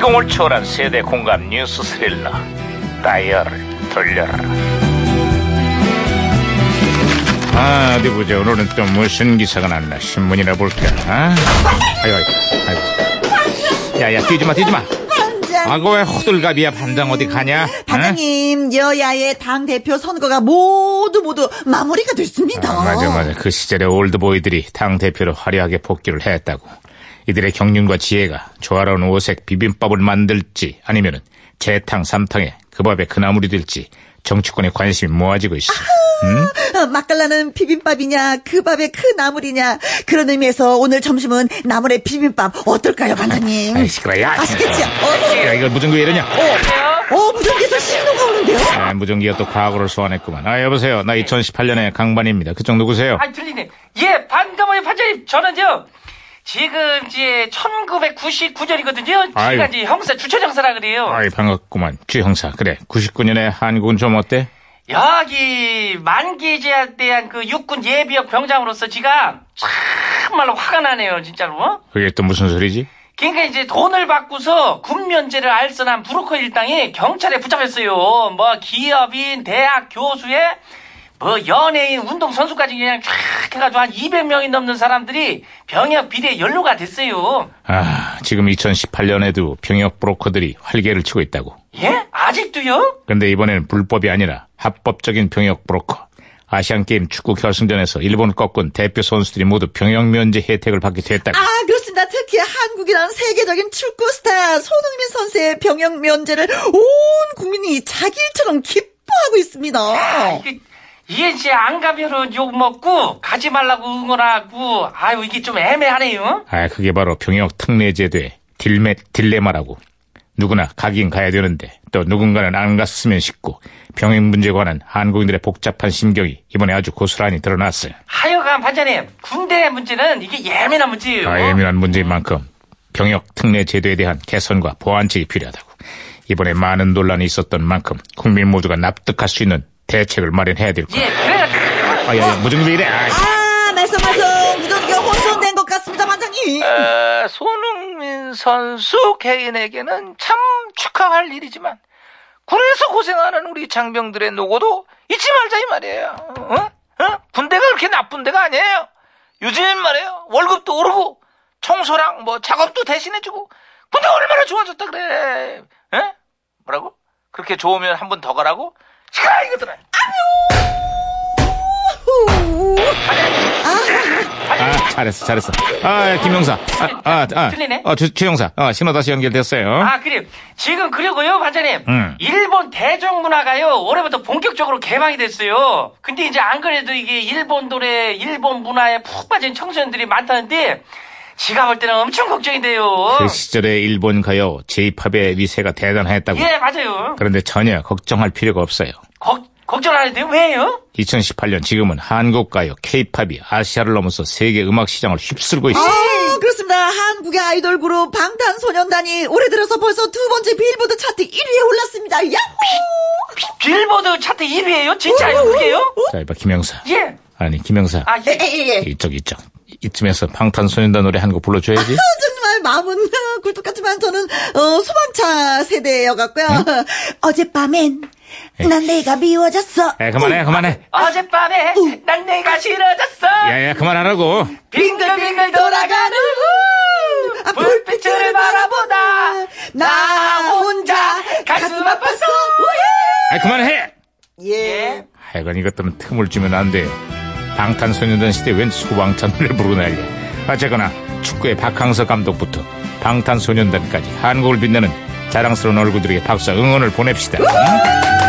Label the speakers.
Speaker 1: 감동을 초월한 세대 공감 뉴스 스릴러 다이얼을 돌려라 아 어디 보자 오늘은 또 무슨 기사가 났나 신문이나 볼까 아? 아이고 아이고 아이고 야야 뛰지마 뛰지마
Speaker 2: 반장.
Speaker 1: 아그 네. 왜 호들갑이야 반장 어디 가냐 응?
Speaker 2: 반장님, 여야의 당대표 선거가 모두 모두 마무리가 됐습니다.
Speaker 1: 아, 맞아 맞아 그 시절의 올드보이들이 당대표로 화려하게 복귀를 했다고 이들의 경륜과 지혜가 조화로운 오색 비빔밥을 만들지 아니면 은 재탕 삼탕에 그 밥에 그 나물이 될지 정치권에 관심이 모아지고 있어
Speaker 2: 어, 맛깔나는 비빔밥이냐, 그 밥에 그 나물이냐. 그런 의미에서 오늘 점심은 나물의 비빔밥 어떨까요, 반장님?
Speaker 1: 아이 시끄러워 야
Speaker 2: 음. 아시겠지? 어,
Speaker 1: 야, 이거 무전기 왜 이러냐
Speaker 2: 어, 어, 무전기에서 신호가 오는데요?
Speaker 1: 아, 무전기가 또 과거를 소환했구만 아 여보세요 나 2018년의 강반입니다 그쪽 누구세요
Speaker 3: 아니 들리네. 예, 반가워요, 판장님. 저는요. 지금 이제 1999년이거든요.
Speaker 1: 아유.
Speaker 3: 제가 이제 형사 주차 장사라 그래요.
Speaker 1: 아이 반갑구만 주 형사 그래 99년에 한국은 좀 어때
Speaker 3: 여기 만기제에 대한 그 육군 예비역 병장으로서 지가 참말로 화가 나네요, 진짜로. 어?
Speaker 1: 그게 또 무슨 소리지
Speaker 3: 그러니까 이제 돈을 받고서 군면제를 알선한 브로커 일당이 경찰에 붙잡혔어요. 뭐 기업인, 대학 교수에 뭐 연예인, 운동 선수까지 그냥 쫙 해가지고 한 200명이 넘는 사람들이 병역 비리에 연루가 됐어요.
Speaker 1: 아 지금 2018년에도 병역 브로커들이 활개를 치고 있다고
Speaker 3: 예? 아직도요?
Speaker 1: 그런데 이번에는 불법이 아니라 합법적인 병역 브로커. 아시안게임 축구 결승전에서 일본을 꺾은 대표 선수들이 모두 병역 면제 혜택을 받게 됐다고.
Speaker 2: 아, 그렇습니다. 특히 한국이란 세계적인 축구 스타 손흥민 선수의 병역 면제를 온 국민이 자기 일처럼 기뻐하고 있습니다.
Speaker 3: 이게, 이게 이제 안 가면은 욕 먹고 가지 말라고 응원하고 아유 이게 좀 애매하네요.
Speaker 1: 아, 그게 바로 병역 특례제도의 딜레, 딜레마라고. 누구나 가긴 가야 되는데 또 누군가는 안 갔으면 싶고 병역 문제에 관한 한국인들의 복잡한 심경이 이번에 아주 고스란히 드러났어요.
Speaker 3: 하여간 반장님 군대 문제는 이게 예민한 문제예요.
Speaker 1: 아, 예민한 문제인 만큼 병역 특례 제도에 대한 개선과 보완책이 필요하다고. 이번에 많은 논란이 있었던 만큼 국민 모두가 납득할 수 있는 대책을 마련해야 될 거야.
Speaker 3: 예, 그래.
Speaker 1: 아, 야, 야, 무슨 왜 이래? 아이.
Speaker 2: 아, 말썽말썽 무전기가 혼선된 것 같습니다, 반장님.
Speaker 4: 어, 손흥민 선수 개인에게는 참 축하할 일이지만 군에서 고생하는 우리 장병들의 노고도 잊지 말자 이 말이에요. 어? 어? 군대가 그렇게 나쁜 데가 아니에요. 요즘 말이에요. 월급도 오르고 청소랑 뭐 작업도 대신해주고 군대 얼마나 좋아졌다 그래. 에? 뭐라고? 그렇게 좋으면 한 번 더 가라고? 시끄러 이거들아.
Speaker 2: 후.
Speaker 1: 아, 잘했어, 잘했어. 아, 김영사. 아, 아, 아.
Speaker 3: 틀리네.
Speaker 1: 어, 최, 최 형사. 어, 신호 다시 연결됐어요.
Speaker 3: 아, 그래요. 지금 그리고요, 반장님.
Speaker 1: 음.
Speaker 3: 일본 대중 문화가요, 올해부터 본격적으로 개방이 됐어요. 근데 이제 안 그래도 이게 일본 노래, 일본 문화에 푹 빠진 청소년들이 많다는데, 지가 볼 때는 엄청 걱정인데요.
Speaker 1: 그 시절에 일본 가요 제이팝의 위세가 대단했다고.
Speaker 3: 예, 맞아요.
Speaker 1: 그런데 전혀 걱정할 필요가 없어요.
Speaker 3: 걱, 걱정 안 해도 돼요? 왜요?
Speaker 1: 2018년 지금은 한국 가요 케이팝이 아시아를 넘어서 세계 음악 시장을 휩쓸고 있어요.
Speaker 2: 아, 그렇습니다. 한국의 아이돌 그룹 방탄소년단이 올해 들어서 벌써 두 번째 빌보드 차트 1위에 올랐습니다. 야호!
Speaker 3: 빌보드 차트 1위예요 진짜요? 그게요?
Speaker 1: 자, 이봐, 김영사.
Speaker 3: 예.
Speaker 1: 아니, 김영사.
Speaker 3: 아,
Speaker 2: 예,
Speaker 3: 예.
Speaker 2: 예, 예.
Speaker 1: 이쪽, 이쪽. 이쯤에서 방탄소년단 노래 한 곡 불러줘야지.
Speaker 2: 아, 정말 마음은 어, 굴뚝 같지만 저는 어, 소방차 세대여갖고요. 어젯밤엔 난 내가 미워졌어.
Speaker 1: 야, 네, 그만해, 그만해.
Speaker 3: 어젯밤에 난 내가 싫어졌어.
Speaker 1: 야, 야, 그만하라고.
Speaker 3: 빙글빙글 돌아가는 후
Speaker 2: 아,
Speaker 3: 불빛을 바라보다
Speaker 2: 나 혼자 가슴 아팠어.
Speaker 1: 아, 그만해!
Speaker 2: 예.
Speaker 1: 하여간 이것들은 틈을 주면 안 돼요. 방탄소년단 시대 웬 소방차 노래 부르고 난리야. 어쨌거나 축구의 박항서 감독부터 방탄소년단까지 한국을 빛내는 자랑스러운 얼굴들에게 박수 응원을 보냅시다.